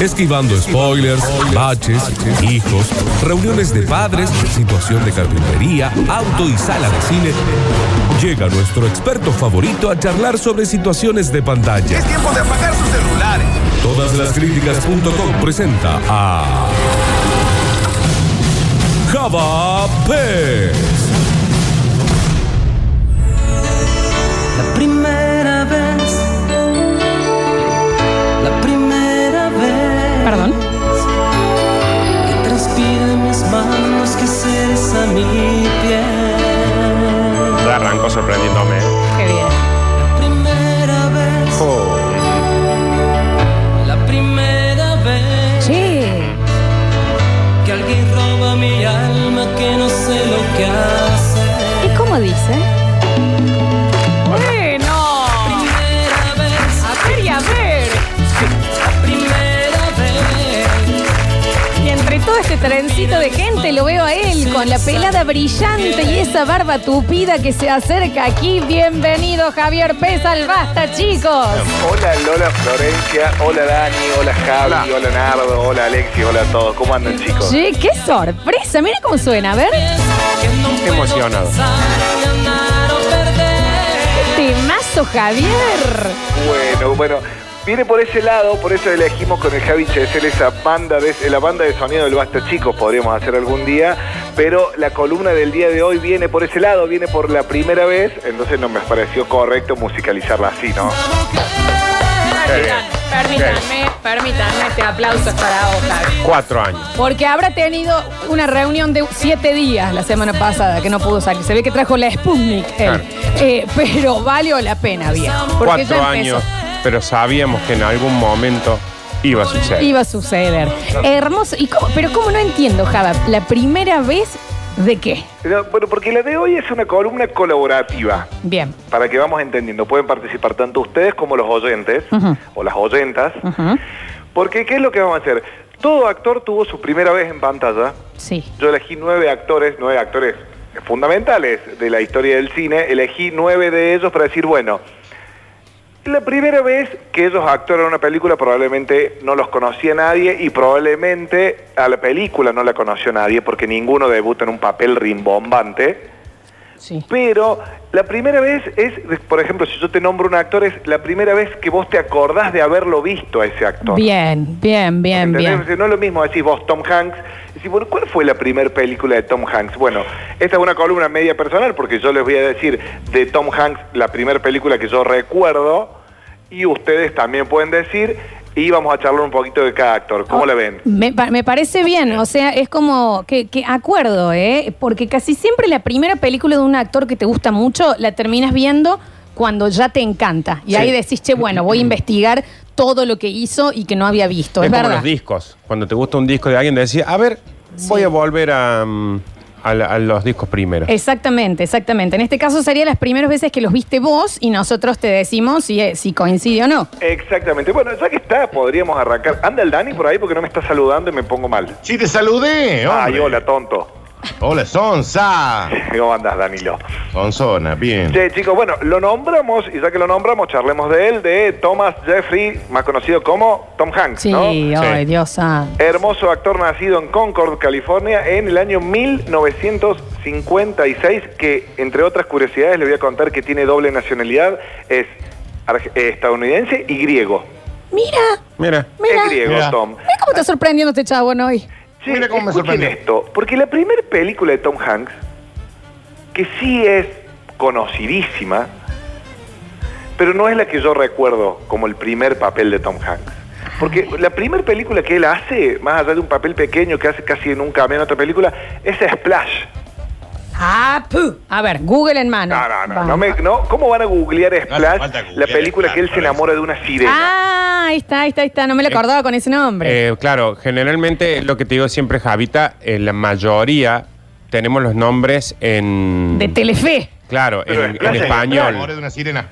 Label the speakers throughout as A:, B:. A: esquivando spoilers, baches, hijos, reuniones de padres, situación de carpintería, auto y sala de cine. Llega nuestro experto favorito a charlar sobre situaciones de pantalla.
B: Es tiempo de apagar sus celulares.
A: Todas las críticas.com presenta a Java Pez.
C: La primera vez. La primera vez.
D: Perdón.
C: Que transpira mis manos, que cesa mi piel.
E: Arranco sorprendiéndome. ¿eh?
D: Qué bien.
C: La primera
E: Oh.
C: vez.
B: Oh.
C: La primera vez.
D: Che,
C: Que alguien roba mi alma, que no sé lo que hace.
D: ¿y cómo dice? Bueno.
C: Primera vez.
D: A ver y a ver.
C: Primera vez.
D: Y entre todo este trencito de gente lo veo a él con la pelada brillante y esa barba tupida que se acerca aquí. Bienvenido Javier Pez al Basta, chicos.
F: Hola Lola Florencia, hola Dani, hola Javi, hola, Nardo, hola Alexi, hola a todos. ¿Cómo andan chicos?
D: Che, qué sorpresa. Mira cómo suena, a ver.
C: Que no puedo
E: Emocionado.
C: pensar, ganar o perder.
D: Temazo, Javier.
F: Bueno, bueno. Viene por ese lado, por eso elegimos con el Javi Chesel esa banda de la banda de sonido del Basta Chicos, podríamos hacer algún día, pero la columna del día de hoy viene por ese lado, viene por la primera vez, entonces no me pareció correcto musicalizarla así, ¿no?
D: Permítanme, permítanme, permítanme, este aplauso es para vos, Javi.
E: Cuatro años.
D: Porque habrá tenido una reunión de siete días la semana pasada que no pudo salir. Se ve que trajo la Sputnik él.
E: Claro.
D: Eh, pero valió la pena, bien. Porque
E: Cuatro
D: ya empezó.
E: años. Pero sabíamos que en algún momento iba a suceder.
D: Iba a suceder. Hermoso. ¿Y cómo- pero cómo no entiendo, Java, la primera vez de qué.
F: Pero, Bueno, porque la de hoy es una columna colaborativa.
D: Bien.
F: Para que vamos entendiendo, pueden participar tanto ustedes como los oyentes
D: Ujú.
F: o las oyentas.
D: Ujú.
F: Porque, ¿qué es lo que vamos a hacer? Todo actor tuvo su primera vez en pantalla.
D: Sí.
F: Yo elegí nueve actores, nueve actores fundamentales de la historia del cine. Elegí nueve de ellos para decir, bueno, la primera vez que ellos actuaron en una película probablemente no los conocía nadie y probablemente a la película no la conoció nadie porque ninguno debuta en un papel rimbombante.
D: Sí.
F: Pero la primera vez es, por ejemplo, si yo te nombro un actor, es la primera vez que vos te acordás de haberlo visto a ese actor.
D: Bien, bien, bien,
F: ¿Entendés?
D: bien.
F: O sea, No es lo mismo decís vos Tom Hanks. Decís, bueno, ¿cuál fue la primera película de Tom Hanks? Bueno, esta es una columna media personal porque yo les voy a decir de Tom Hanks la primera película que yo recuerdo y ustedes también pueden decir y vamos a charlar un poquito de cada actor.
D: Ah.
F: ¿Cómo la ven?
D: Me, pa- me parece bien, o sea, es como que, que acuerdo, ¿eh? Porque casi siempre la primera película de un actor que te gusta mucho la terminas viendo cuando ya te encanta. Y ahí decís, che, bueno, voy a investigar todo lo que hizo y que no había visto. Es,
E: es como
D: verdad.
E: los discos. Cuando te gusta un disco de alguien, decís, a ver, voy a volver a, mm, a la- a los discos primero.
D: Exactamente, exactamente. En este caso sería las primeras veces que los viste vos y nosotros te decimos si, eh, si coincide o no.
F: Exactamente. Bueno, ya que está, podríamos arrancar. Anda el Dani por ahí porque no me está saludando y me pongo mal.
G: Sí, te
F: Ay,
G: saludé. hombre.
F: hola, tonto.
G: Hola, Sonsa.
F: ¿Cómo andas, Danilo?
G: Sonsona, bien.
F: Che, chicos, bueno, lo nombramos, y ya que lo nombramos, charlemos de él, de Thomas Jeffrey, más conocido como Tom Hanks,
D: Sí,
F: ¿no?
D: ay,
G: Sí.
D: Dios ah. santo.
F: Hermoso actor nacido en Concord, California, en el año 1956, que entre otras curiosidades le voy a contar que tiene doble nacionalidad, es arge- eh, estadounidense y griego.
D: Mira,
E: Mira.
D: mira.
F: Es griego,
G: Mira.
F: Tom.
D: Mira cómo está sorprendiendo este chabón hoy.
F: Che,
G: Mira cómo me
F: escuchen
G: sorprendió.
F: esto, porque la primera película de Tom Hanks, que sí es conocidísima, pero no es la que yo recuerdo como el primer papel de Tom Hanks. Porque la primera película que él hace, más allá de un papel pequeño que hace casi en un cameo en otra película, es Splash.
D: Ah, pu. A ver, Google en mano.
F: No, no, no.
D: Vamos.
F: no me- no, ¿Cómo van a googlear Splash,
G: falta
F: la
G: googlear
F: película
G: Splash,
F: que él se
G: parece.
F: enamora de una sirena?
D: Ah, ahí está, ahí está, ahí está. No me lo acordaba con ese nombre.
E: Eh, claro, generalmente lo que te digo siempre, Javita, eh, la mayoría tenemos los nombres en.
D: de Telefe.
E: Claro,
F: Pero
E: en,
F: es playa,
E: en
G: Amor de
E: español.
G: una sirena.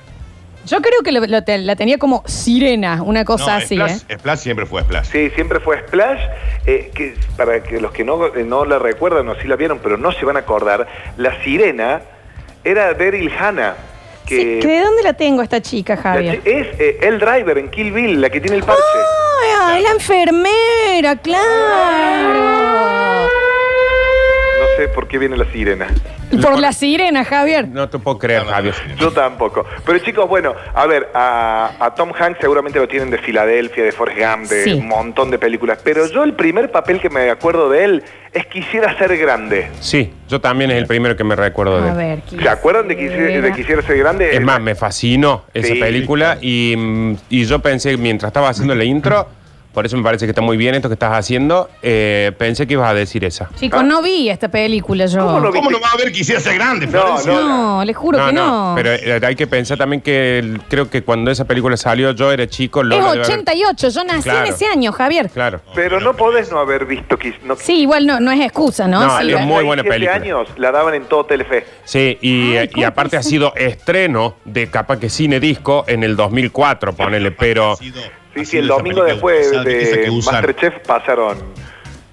D: Yo creo que lo- lo te- la tenía como sirena, una cosa así,
G: Splash,
D: ¿eh?
G: Splash siempre fue Splash.
F: Sí, siempre fue Splash, eh, que para que los que no, eh, no la recuerdan o sí la vieron, pero no se van a acordar, la sirena era Daryl Hannah,
D: Sí, ¿que
F: que
D: ¿De dónde la tengo esta chica,
F: la
D: Javier?
F: chi- es eh, el driver en Kill Bill, la que tiene el parche.
D: ay, la enfermera, claro.
F: No sé por qué viene la sirena.
D: Por la sirena, Javier.
E: No te puedo creer,
G: No, no,
E: Javier.
G: no,
F: Yo tampoco. Pero chicos, bueno, a ver, a, a Tom Hanks seguramente lo tienen de Filadelfia, de Forrest Gump, de
D: Sí.
F: un montón de películas. Pero yo el primer papel que me acuerdo de él es Quisiera ser grande.
E: Sí, yo también es el primero que me recuerdo de
D: A
E: él.
D: ver,
F: ¿Se acuerdan de Quisiera, de Quisiera ser grande?
E: Es más, me fascinó esa
F: Eh, Sí.
E: película y, mm, y yo pensé, mientras estaba haciendo la intro, por eso me parece que está muy bien esto que estás haciendo, eh, pensé que ibas a decir esa.
D: Chicos, no vi esta película yo.
F: ¿Cómo no vi?
G: ¿Cómo no va a ver quisiera ser grande,
F: No,
G: Florencia?
F: no.
D: No, les juro que no.
E: Pero eh, hay que pensar también que el- creo que cuando esa película salió yo era chico.
D: es
E: Lola debe haber-
D: 88, yo nací
E: Claro.
D: en ese año, Javier.
E: Claro.
F: Pero no podés no haber visto Quis- no,
D: Sí, igual no, no es excusa, ¿no?
E: No,
D: Sí,
E: es
D: va-
E: muy buena
F: 17
E: película.
F: años la daban en todo Telefe.
E: Sí, y,
D: Ay,
E: eh, y
D: ¿cómo
E: aparte ha
D: pensé?
E: sido estreno de capa que cine disco en el 2004, ponele, pero...
F: Sí, sí, el domingo después de Masterchef pasaron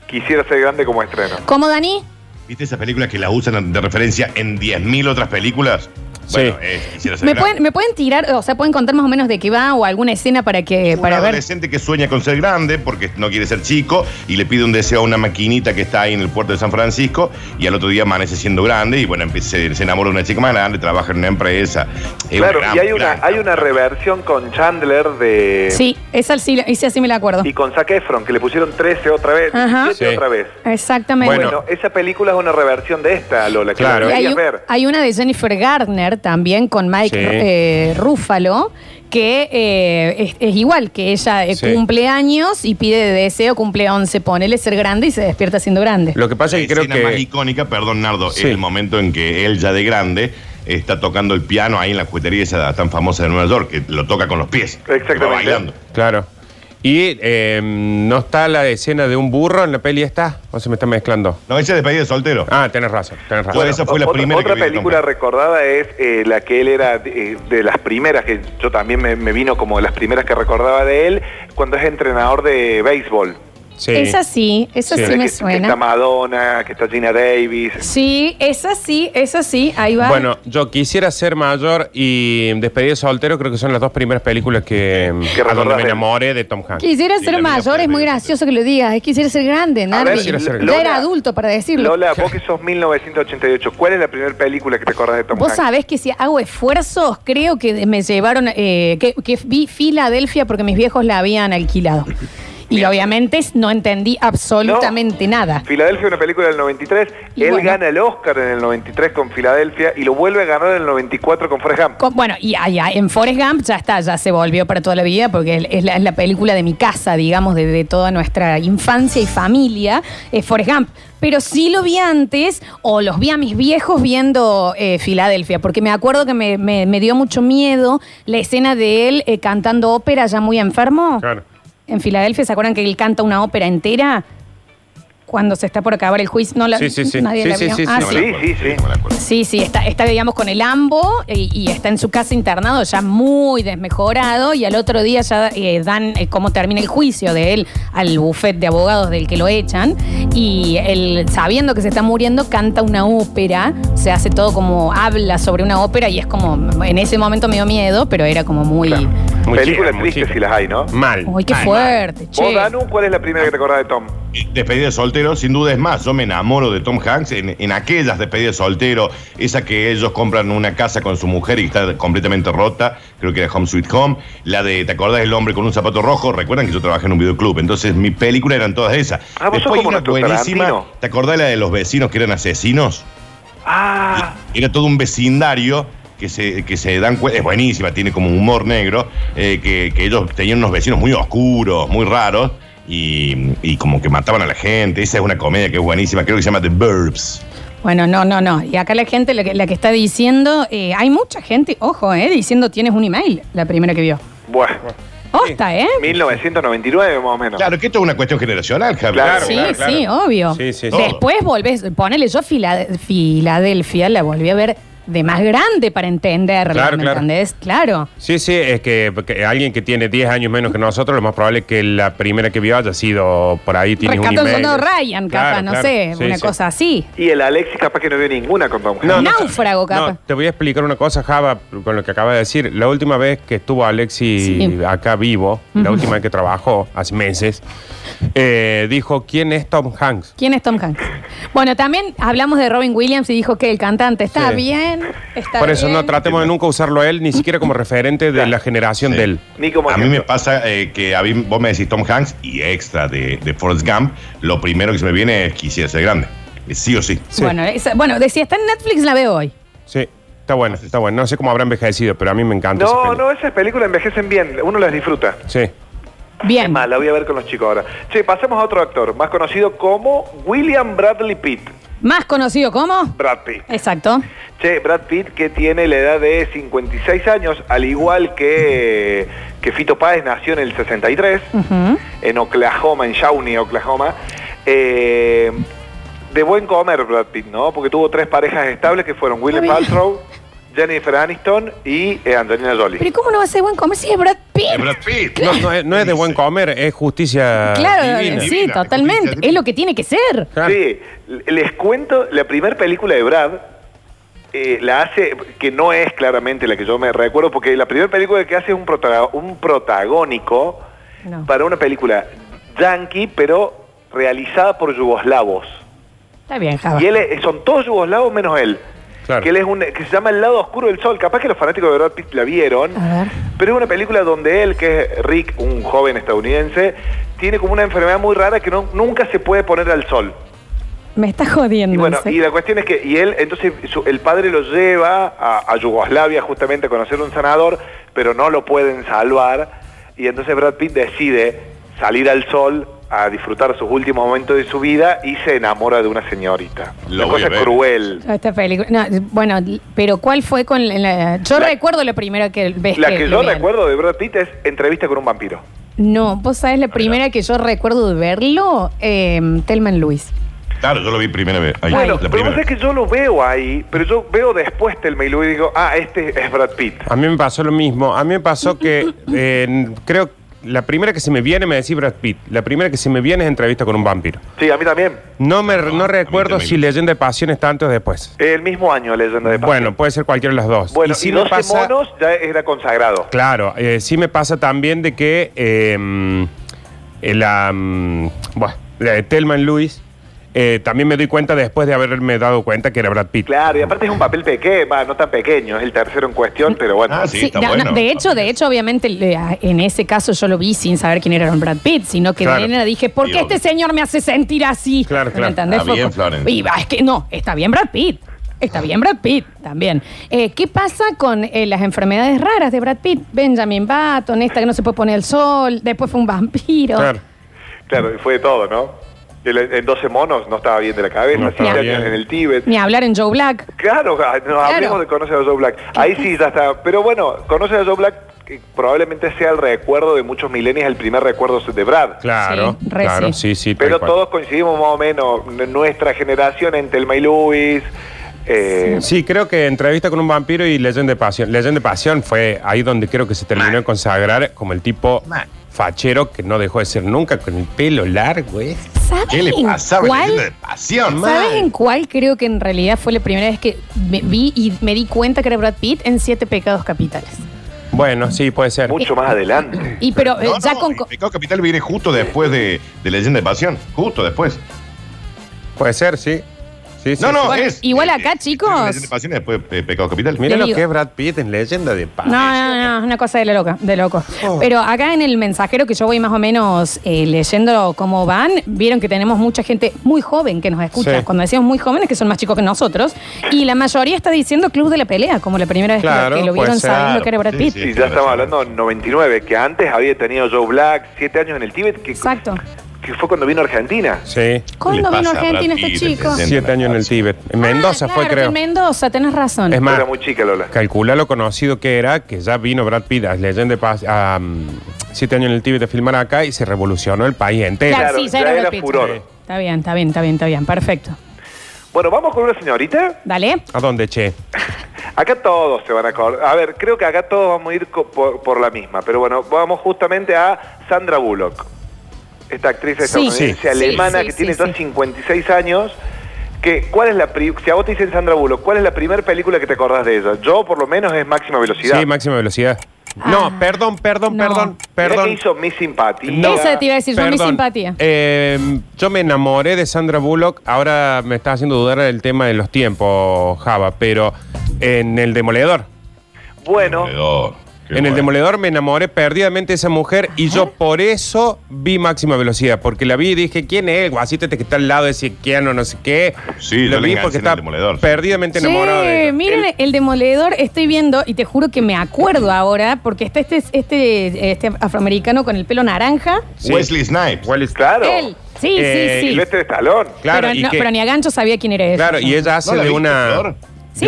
F: Quisiera ser grande como estreno.
D: ¿Cómo, Dani?
G: ¿Viste esa película que la usan de referencia en 10.000 otras películas?
E: Sí.
G: Bueno, es quisiera ser
D: ¿Me
G: grande.
D: pueden, ¿Me pueden tirar, o sea, pueden contar más o menos de qué va o alguna escena para que Eh, para
G: un
D: ver?
G: adolescente que sueña con ser grande porque no quiere ser chico y le pide un deseo a una maquinita que está ahí en el puerto de San Francisco y al otro día amanece siendo grande y bueno, empieza- se, se enamora de una chica más grande, trabaja en una empresa. Es
F: claro,
G: gran
F: y hay una,
G: plan.
F: hay una reversión con Chandler de...
D: Sí, esa sí, la- esa sí me la acuerdo.
F: Y con Zac Efron, que le pusieron 13 otra vez,
D: Ajá.
F: 17
E: Sí.
F: otra vez.
D: Exactamente.
E: Bueno.
F: Bueno, esa película es una reversión de esta, Lola, que
E: Claro.
F: la
D: Y hay,
F: deberías
D: un-
F: ver.
D: hay una de Jennifer Garner también con Mike
E: Sí.
D: eh, Ruffalo que eh, es, es igual, que ella eh,
E: Sí.
D: cumple años y pide de deseo, cumple 11, ponele ser grande y se despierta siendo grande.
E: Lo que pasa es que
G: La
E: creo
G: escena más
E: que...
G: icónica, perdón Nardo,
E: Sí.
G: es el momento en que él ya de grande está tocando el piano ahí en la juguetería esa tan famosa de Nueva York, que lo toca con los pies.
F: Exactamente.
G: Va bailando.
E: Claro. Y eh, no está la escena de un burro en la peli esta, o se me está mezclando.
G: No, ese es despedida de soltero.
E: Ah, tenés razón, tenés razón.
G: Bueno, esa fue la
F: Otra-
G: primera
F: otra
G: que vi de Tom
F: película
G: Hanks.
F: recordada es eh, la que él era eh, de, las primeras, que yo también me, me vino como de las primeras que recordaba de él, cuando es entrenador de béisbol.
E: Sí.
D: Esa sí, esa
E: Sí.
D: sí,
E: Que-
F: Que-
D: me
F: que, está
D: suena.
F: Madonna, que está Gina Davis.
D: Sí, esa sí, esa sí, ahí va.
E: Bueno, yo quisiera ser mayor y Despedida de soltero creo que son las dos primeras películas que,
F: Que
E: a donde me
F: recordás de-
E: enamoré de Tom Hanks.
D: Quisiera
G: la
D: ser
G: vida
D: mayor,
G: puede
D: es muy
G: venir.
D: gracioso que lo digas. Es quisiera ser grande,
F: A
D: Nardi.
E: quisiera ser
D: Ya
F: Lola,
D: era adulto para decirlo.
F: Lola, vos que sos 1988, ¿cuál es la primera película que te acordás de Tom
D: Vos
F: Hanks?
D: sabés que si hago esfuerzos, creo que me llevaron, eh, que, que vi Filadelfia porque mis viejos la habían alquilado. Y obviamente no entendí absolutamente nada.
F: Filadelfia es una película del 93,
D: Y
F: él
D: bueno.
F: gana el Oscar en el 93 con Filadelfia y lo vuelve a ganar en el 94 con Forrest Gump.
D: Co- Bueno, y allá en Forrest Gump ya está, ya se volvió para toda la vida porque es- es la, es la película de mi casa, digamos, de, de toda nuestra infancia y familia, eh, Forrest Gump. Pero sí lo vi antes o los vi a mis viejos viendo eh, Filadelfia, porque me acuerdo que me, me- me dio mucho miedo la escena de él eh, cantando ópera ya muy enfermo.
E: Claro.
D: En Filadelfia, ¿se acuerdan que él canta una ópera entera? Cuando se está por acabar el juicio, no la,
E: Sí, sí, sí.
D: nadie
E: Sí,
D: la
E: sí,
D: vio.
E: sí, sí,
D: Ah,
G: No me
D: sí.
G: la
F: Sí,
G: acuerdo,
F: sí, sí.
G: no me la acuerdo.
D: Sí, sí, está, está digamos con el ambo y, y está en su casa internado ya muy desmejorado y al otro día ya eh, dan eh, cómo termina el juicio de él al bufet de abogados del que lo echan y él sabiendo que se está muriendo canta una ópera, se hace todo como habla sobre una ópera y es como en ese momento me dio miedo, pero era como muy...
F: Claro.
E: Muy
F: Películas
E: chica, muy
F: tristes
E: chica.
F: si las hay, ¿no?
G: Mm.
E: Mal.
D: ¡Ay, qué
E: mal,
D: fuerte! Che.
F: Vos, Danu, ¿cuál es la primera que te acordás de Tom?
G: Despedida de soltero, sin duda es más. Yo me enamoro de Tom Hanks en, en aquellas despedidas de soltero, esa que ellos compran una casa con su mujer y está completamente rota, creo que era Home Sweet Home. La de, ¿te acordás del hombre con un zapato rojo? Recuerdan que yo trabajé en un videoclub, entonces mi película eran todas esas.
F: Ah, vos sos
G: Después
F: como
G: hay una
F: nuestro Tarantino.
G: ¿te acordás la de los vecinos que eran asesinos?
F: Ah,
G: Era todo un vecindario que se, que se dan cuenta, es buenísima, tiene como un humor negro, eh, que, que ellos tenían unos vecinos muy oscuros, muy raros, y, y como que mataban a la gente. Esa es una comedia que es buenísima, creo que se llama The Burbs.
D: Bueno, no, no, no. Y acá la gente, la que, la que está diciendo, eh, hay mucha gente, ojo, eh, diciendo tienes un email, la primera que vio.
F: bueno,
D: Osta, ¿eh?
F: 1999 más o menos.
G: Claro, que esto es una cuestión generacional, Javier.
F: Claro,
D: sí,
E: claro, claro.
D: sí, obvio.
E: Oh. Sí, sí, sí.
D: Después volvés, ponele yo Fila- Filadelfia, la volví a ver de más grande para entenderlo,
E: Claro,
D: ¿me
E: claro.
D: entendés? Claro.
E: Sí, sí, es que, que alguien que tiene 10 años menos que nosotros, lo más probable es que la primera que vio haya sido por ahí, tiene un
D: Rescató el
E: email.
D: soldado Ryan, capaz,
E: Claro,
D: no
E: claro.
D: sé,
E: Sí,
D: una
E: sí.
D: cosa así.
F: Y el Alexis capaz que no vio ninguna con Tom Hanks.
E: No, no,
D: Náufrago, capaz.
E: No, te voy a explicar una cosa, Java, con lo que acaba de decir. La última vez que estuvo Alexi
D: Sí.
E: acá vivo, la última vez que trabajó, hace meses, eh, dijo, ¿quién es Tom Hanks?
D: ¿Quién es Tom Hanks? Bueno, también hablamos de Robin Williams y dijo que el cantante está
E: Sí.
D: bien, está
E: Por eso
D: bien.
E: no tratemos de nunca usarlo a él, ni siquiera como referente de la generación de él.
F: Ni como
G: A mí me
F: ejemplo.
G: pasa eh, que a mí vos me decís Tom Hanks y extra de, de Forrest Gump, lo primero que se me viene es quisiera ser grande. Eh, Sí o sí.
E: Sí.
D: Bueno, esa- bueno, decía, está en Netflix, la veo hoy.
E: Sí, está bueno, está bueno. No sé cómo habrá envejecido, pero a mí me encanta. esa
F: No,
E: peli.
F: no, esas películas envejecen bien, uno las disfruta.
E: Sí.
D: Bien.
F: Es más, la voy a ver con los chicos ahora. Che, pasemos a otro actor, más conocido como William Bradley Pitt.
D: Más conocido como.
F: Brad Pitt.
D: Exacto.
F: Che, Brad Pitt, que tiene la edad de 56 años, al igual que, que Fito Páez, nació en el 63,
D: Ujú.
F: en Oklahoma, en Shawnee, Oklahoma. Eh, de buen comer Brad Pitt, ¿no? Porque tuvo tres parejas estables que fueron William
D: bien.
F: Paltrow, Jennifer Aniston y eh, Angelina
D: Pero ¿y
F: Jolie.
D: cómo no va a ser buen comer si es Brad Pitt?
G: Eh, Brad Pitt.
E: No, no es, no es de buen comer, es justicia.
D: claro,
G: divina,
D: sí,
G: divina,
D: totalmente.
G: divina.
D: Es lo que tiene que ser.
E: Claro.
F: Sí, les cuento, la primera película de Brad eh, la hace, que no es claramente la que yo me recuerdo, porque la primera película que hace es un, protago- un protagónico
D: No.
F: para una película yankee, pero realizada por yugoslavos.
D: Está bien, Java.
F: Y él es- son todos yugoslavos menos él.
E: Claro.
F: Que él es un, que se llama El lado oscuro del sol. Capaz que los fanáticos de Brad Pitt la vieron.
D: A ver.
F: Pero es una película donde él, que es Rick, un joven estadounidense, tiene como una enfermedad muy rara que no- nunca se puede poner al sol.
D: Me está jodiendo.
F: Y bueno,
D: ese.
F: y la cuestión es que, y él, entonces su- el padre lo lleva a, a Yugoslavia justamente a conocer un sanador, pero no lo pueden salvar. Y entonces Brad Pitt decide salir al sol a disfrutar sus últimos momentos de su vida y se enamora de una señorita.
G: Lo
F: una
G: voy a
F: cosa
G: ver.
F: cruel.
D: Esta película. no, bueno, pero ¿cuál fue con la- Yo
F: La-
D: recuerdo la primera que ves
F: La que
D: lo
F: yo
D: vi.
F: recuerdo de Brad Pitt es entrevista con un vampiro.
D: No, vos sabés la primera que yo recuerdo de verlo, eh, Telman Luis.
G: Claro, yo lo vi primera vez. Ahí,
F: bueno,
G: la
F: pero
G: primera
F: vos sabés
G: vez.
F: que yo lo veo ahí, pero yo veo después del mail y digo, ah, este es Brad Pitt.
E: A mí me pasó lo mismo. A mí me pasó que eh, creo la primera que se me viene me decís Brad Pitt. La primera que se me viene es entrevista con un vampiro.
F: Sí, a mí también.
E: No me
F: Ah,
E: no,
G: a mí
E: recuerdo
G: también.
E: si Leyenda de Pasiones tanto después.
F: El mismo año, Leyenda de Paz.
E: Bueno, puede ser cualquiera de las dos.
F: Bueno, y,
E: si
F: 12 monos ya era consagrado.
E: Claro, eh, sí me pasa también de que eh, mm, eh, la, mm, bueno, la de Thelma Luis también me doy cuenta después de haberme dado cuenta que era Brad Pitt.
F: Claro, y aparte es un papel pequeño, va, no tan pequeño, es el tercero en cuestión, pero bueno.
G: Ah, sí, está
D: no, no,
G: bueno.
D: de hecho, de hecho, obviamente, le- a- en ese caso yo lo vi sin saber quién era Don Brad Pitt, sino que
E: Claro.
D: de nena dije, ¿por
G: Y
D: qué
G: obvio.
D: este señor me hace sentir así?
E: Claro,
D: ¿Me
E: claro.
D: entendés?
G: Está
D: Fue
G: bien,
D: como-
G: Florencia.
D: Y, ah, es que no, está bien Brad Pitt. Está bien Brad Pitt también. Eh, ¿Qué pasa con eh, las enfermedades raras de Brad Pitt? Benjamin Button, esta que no se puede poner el sol, después fue un vampiro.
E: Claro.
F: Claro, y fue de todo, ¿no? El- en 12 monos no estaba bien de la cabeza,
E: No
F: siete
E: estaba
F: años
E: bien.
F: en el Tíbet.
D: Ni hablar en Joe Black.
F: Claro, ja, no, hablemos de Conocer a Joe Black. Ahí sí, ya está. Pero bueno, Conocer a Joe Black que probablemente sea el recuerdo de muchos milenios, el primer recuerdo de Brad.
E: Claro,
D: Sí, re
E: claro,
D: sí.
E: sí, sí. tal
F: Pero
E: cual.
F: todos coincidimos más o menos, n- nuestra generación, en Telma y Luis. eh,
E: Sí, creo que entrevista con un vampiro y Leyenda de Pasión. Leyenda de Pasión fue ahí donde creo que se terminó de consagrar como el tipo fachero que no dejó de ser nunca, con el pelo largo, ¿eh?
D: ¿Saben
G: ¿Qué le
D: en
G: pasaba?
D: cuál?
G: Leyenda de pasión.
D: ¿Sabes en cuál creo que en realidad fue la primera vez que me vi y me di cuenta que era Brad Pitt en Siete Pecados Capitales?
E: Bueno, sí, puede ser.
F: Mucho más adelante.
D: Y pero eh,
G: No,
D: ya
G: no,
D: con...
G: el Pecado Capital viene justo después de, de Leyenda de Pasión. Justo después.
E: Puede ser, sí. Sí, sí,
G: No, no,
E: sí.
D: Bueno,
G: es.
D: igual
G: eh,
D: acá,
G: eh,
D: chicos.
G: Leyenda de Pasión y después eh, Pecado Capital.
E: Mira
D: Te
E: lo
D: digo.
E: que es Brad Pitt en Leyenda de
D: No,
E: Pasión.
D: no, no, es una cosa de la loca, de loco.
E: Oh.
D: Pero acá en el mensajero que yo voy más o menos eh, leyendo cómo van, vieron que tenemos mucha gente muy joven que nos escucha.
E: Sí.
D: Cuando decimos muy jóvenes, que son más chicos que nosotros, y la mayoría está diciendo Club de la Pelea, como la primera vez que-
E: Claro,
D: que, lo
E: puede
D: vieron
E: ser.
D: sabiendo que era Brad
G: Sí,
D: Pitt.
G: sí.
F: Y ya estamos hablando en 99, que antes había tenido Joe Black, 7 años en el Tíbet, que,
D: Exacto.
F: que fue cuando vino a Argentina.
E: Sí.
D: ¿Cuándo
G: le
D: vino a
G: pasa a
D: Argentina
G: Brad
D: este
G: Pitt,
D: chico?
G: Sí.
E: Siete años en el Tíbet. En Mendoza
D: Ah,
E: fue,
D: claro, que
E: creo.
D: En Mendoza, tenés razón.
E: Es más,
F: Era muy chica Lola.
E: calcula lo conocido que era, que ya vino Brad Pitt a Leyenda de Pasión, a mm, Siete años en el Tíbet a filmar acá y se revolucionó el país entero.
D: Claro, sí, ya era Brad Pitt.
F: furor.
D: Está bien, está bien, está bien, está bien. Perfecto.
F: Bueno, vamos con una señorita.
D: Dale.
E: ¿A dónde, che?
F: Acá todos se van a acordar. A ver, creo que acá todos vamos a ir co- por, por la misma. Pero bueno, vamos justamente a Sandra Bullock. Esta actriz estadounidense
E: sí,
F: alemana
D: sí,
F: que
D: sí,
F: tiene
D: sí.
F: ya 56 años. Que, ¿cuál es la pri- si a vos te dicen Sandra Bullock, ¿cuál es la primera película que te acordás de ella? Yo, por lo menos, es Máxima Velocidad.
E: Sí, máxima velocidad.
D: Ah.
E: No, perdón, perdón,
D: No.
E: perdón,
F: Mirá
E: perdón.
F: que hizo mi simpatía.
E: No,
D: Esa te iba a decir, yo mi
E: perdón.
D: simpatía.
E: Eh, yo me enamoré de Sandra Bullock. Ahora me está haciendo dudar el tema de los tiempos, Java, pero en el demoledor.
F: Bueno,
G: Demoledor. Qué
E: en el
G: bueno.
E: demoledor me enamoré perdidamente de esa mujer y yo por eso vi máxima velocidad, porque la vi y dije, ¿quién es el guasito este que está al lado de Siequiano, no sé qué?
G: Sí,
E: lo
G: yo le
E: vi
G: enganché
E: porque
G: en el
E: estaba
G: Demoledor, sí.
E: perdidamente
D: Che,
E: enamorado de ella.
D: miren, el, demoledor estoy viendo y te juro que me acuerdo ahora porque está este, este, este afroamericano con el pelo naranja.
E: Sí.
G: Wesley Snipes.
E: ¿Cuál es?
F: claro.
D: Él. Sí,
E: Eh,
D: sí, sí.
F: Silvestre Stallone.
E: Claro,
D: pero,
E: y
D: no-
E: que-
D: pero ni a gancho sabía quién era ella.
E: Claro, y ella hace
G: ¿No la
E: de
G: viste,
E: una,
G: Flor?
D: Sí,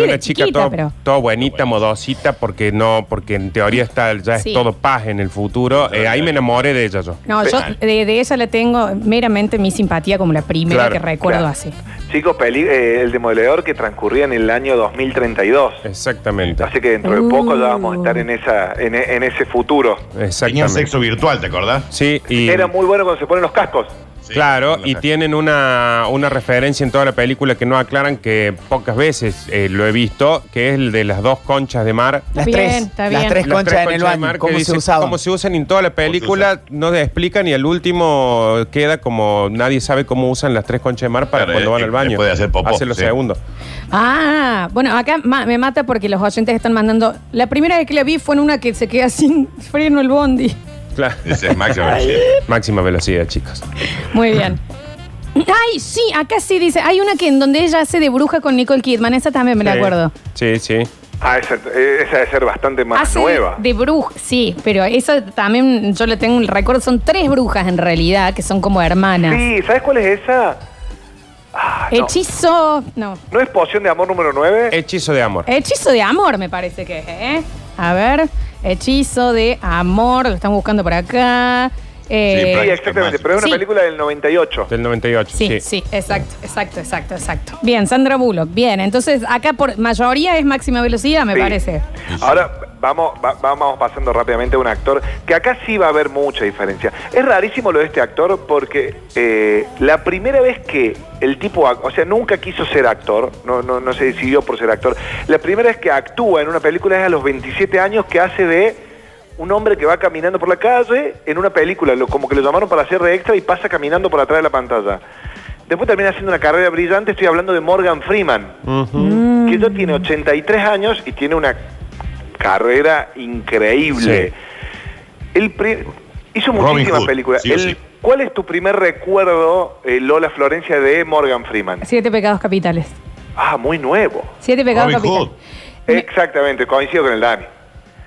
E: de
D: de
E: una chica
D: chiquita,
E: todo,
D: pero-
E: todo buenita, modosita, porque no, porque en teoría está, ya es
D: Sí.
E: todo paz en el futuro. Eh, ahí me enamoré de ella yo.
D: No, yo de, de esa la tengo meramente mi simpatía como la primera
E: Claro,
D: que recuerdo
F: claro.
D: así.
F: Chicos, peli- eh, el demoledor que transcurría en el año 2032.
E: Exactamente.
F: Así que dentro de poco ya vamos a
D: Uh.
F: estar en esa en, e- en ese futuro.
G: Tenían
E: Exactamente.
G: sexo virtual, ¿te acordás?
E: Sí, y
F: Era muy bueno cuando se ponen los cascos.
G: Sí,
E: claro,
G: con la
E: y
G: ca-
E: tienen una, una referencia en toda la película que no aclaran, que pocas veces eh, lo he visto, que es el de las dos conchas de mar.
H: Las
D: Bien,
H: tres.
D: está
H: Las
D: bien.
H: tres
E: Las
H: conchas en el
E: de
H: baño.
E: mar que
H: ¿Cómo se
E: dice
H: usaban?
E: Cómo se usan en toda la película, no te explican y al último queda como nadie sabe cómo usan las tres conchas de mar para
G: Claro,
E: cuando
G: eh,
E: van al baño.
G: después de hacer popó,
E: Hace los
G: sí.
E: segundos.
D: Ah, bueno, acá ma- me mata porque los oyentes están mandando. La primera vez que la vi fue en una que se queda sin freno el bondi.
E: Claro.
G: Ese es máxima velocidad.
E: Máxima velocidad, chicos.
D: Muy bien. Ay, sí, acá sí dice. Hay una que en donde ella hace de bruja con Nicole Kidman. Esa también me la
E: Sí.
D: acuerdo.
E: Sí, sí.
F: Ah, esa, eh, esa debe ser bastante más
D: hace
F: nueva.
D: de bruja, sí, pero esa también yo le tengo un recuerdo. Son tres brujas en realidad que son como hermanas.
F: Sí, ¿sabes cuál es esa? Ah, no.
D: Hechizo, no.
F: ¿No es poción de amor número 9?
E: Hechizo de amor.
D: Hechizo de amor, me parece que es, ¿eh? A ver, hechizo de amor, lo están buscando por acá. Eh,
F: sí,
G: prácticamente.
F: exactamente, pero es una
D: Sí.
F: película del 98.
E: Del 98.
D: sí, sí, exacto, exacto, exacto, exacto. Bien, Sandra Bullock, bien. Entonces, acá por mayoría es máxima velocidad, me
F: Sí.
D: parece.
F: Ahora vamos, va- vamos pasando rápidamente a un actor que acá sí va a haber mucha diferencia. Es rarísimo lo de este actor porque eh, la primera vez que el tipo, ac- o sea, nunca quiso ser actor, no, no, no se decidió por ser actor. La primera vez que actúa en una película es a los 27 años que hace de un hombre que va caminando por la calle en una película, lo- como que lo llamaron para hacer de extra y pasa caminando por atrás de la pantalla. Después termina haciendo una carrera brillante, estoy hablando de Morgan Freeman
G: Mm.
F: que ya tiene 83 años y tiene una carrera increíble. Él pri- hizo
G: Robin
F: muchísimas
G: Hood,
F: películas.
G: sí o
F: Él-
G: sí.
F: ¿Cuál es tu primer recuerdo, eh, Lola Florencia, de Morgan Freeman?
D: Siete pecados capitales.
F: Ah, muy nuevo.
D: Siete pecados
G: Robin Hood.
D: capitales.
F: Exactamente, coincido con el Dani.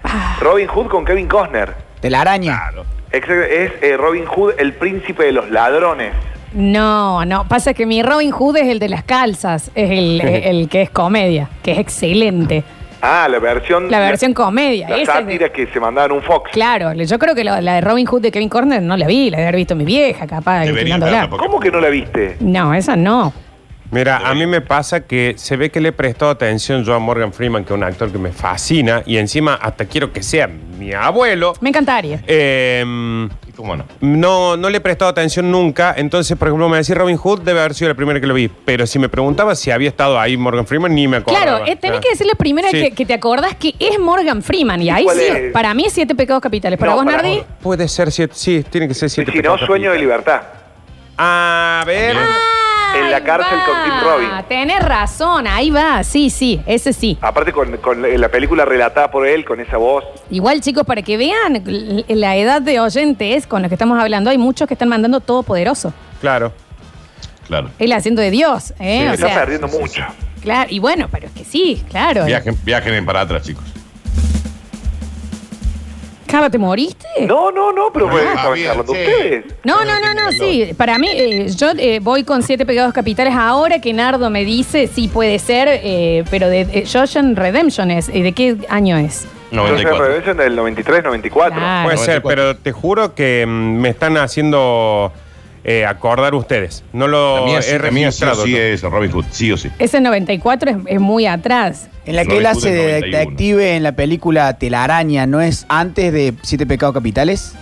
D: Ah.
F: Robin Hood con Kevin Costner.
H: De la araña.
F: Exact- Es eh, Robin Hood, el príncipe de los ladrones.
D: No, no, pasa que mi Robin Hood es el de las calzas, es el, el que es comedia, que es excelente.
F: Ah, la versión...
D: La versión comedia.
F: La
D: esa es de-
F: sátira que se mandaban un Fox.
D: Claro, yo creo que lo- la de Robin Hood de Kevin Corner no la vi, la de haber visto mi vieja, capaz.
G: Debería
D: intentando
G: verla,
D: hablar.
G: porque-
F: ¿Cómo que no la viste?
D: No, esa no.
E: Mira, a mí me pasa que se ve que le he prestado atención yo a Morgan Freeman, que es un actor que me fascina, y encima hasta quiero que sea mi abuelo.
D: Me encantaría.
E: Eh,
G: ¿Y ¿Cómo no?
E: No, no le he prestado atención nunca. Entonces, por ejemplo, me decía Robin Hood, debe haber sido la primera que lo vi. Pero si me preguntaba si había estado ahí Morgan Freeman, ni me acordaba.
D: Claro, eh, tenés que decir la primera
E: Sí.
D: que, que te acordás que es Morgan Freeman. Y ahí
F: cuál
D: sí,
F: es?
D: para mí es Siete Pecados Capitales. ¿Para
F: No,
D: vos,
F: para
D: Nardi?
F: vos.
E: Puede ser, siete, sí, tiene que ser siete.
F: Si no,
E: pecados
F: Sueño de
E: capitales.
F: libertad.
E: A ver.
G: Bien.
D: Ahí
F: En la cárcel
D: va.
F: con Tim Robbins.
D: Tenés razón, ahí va. Sí, sí, ese sí.
F: Aparte con, con la película relatada por él, con esa voz.
D: Igual, chicos, para que vean l- la edad de oyentes con los que estamos hablando, hay muchos que están mandando Todopoderoso.
E: Claro.
G: Claro.
D: Él haciendo de Dios, ¿eh?
E: Sí,
D: o
F: está
D: sea,
F: perdiendo mucho.
D: Claro, y bueno, pero es que sí, claro.
G: Viajen, viajen para atrás, chicos.
D: Java, ¿te moriste?
F: No, no, no, pero
G: Ah,
F: bueno, estaban
G: bien,
F: charlando
G: sí.
F: ustedes.
D: No, no, no, no, sí. Para mí, eh, yo eh, voy con Siete Pegados Capitales ahora que Nardo me dice, sí puede ser, eh, pero de eh, Shawshank Redemption es. eh, ¿De qué año es?
F: Entonces, la
G: 94.
F: Revolución del 93, 94.
D: Claro.
E: Puede ser,
G: 94.
E: pero te juro que mm, me están haciendo eh, acordar ustedes. No lo
G: mía, sí,
E: he
G: la mía sí o
E: registrado.
G: sí eh,
E: ¿no?
G: es Robin Hood, sí o sí.
D: Ese 94 es, es muy atrás.
H: En la que
G: Robin
H: él
G: Hood
H: hace
G: del
H: de
G: 91.
H: detective en la película Telaraña, ¿no es antes de Siete Pecados Capitales?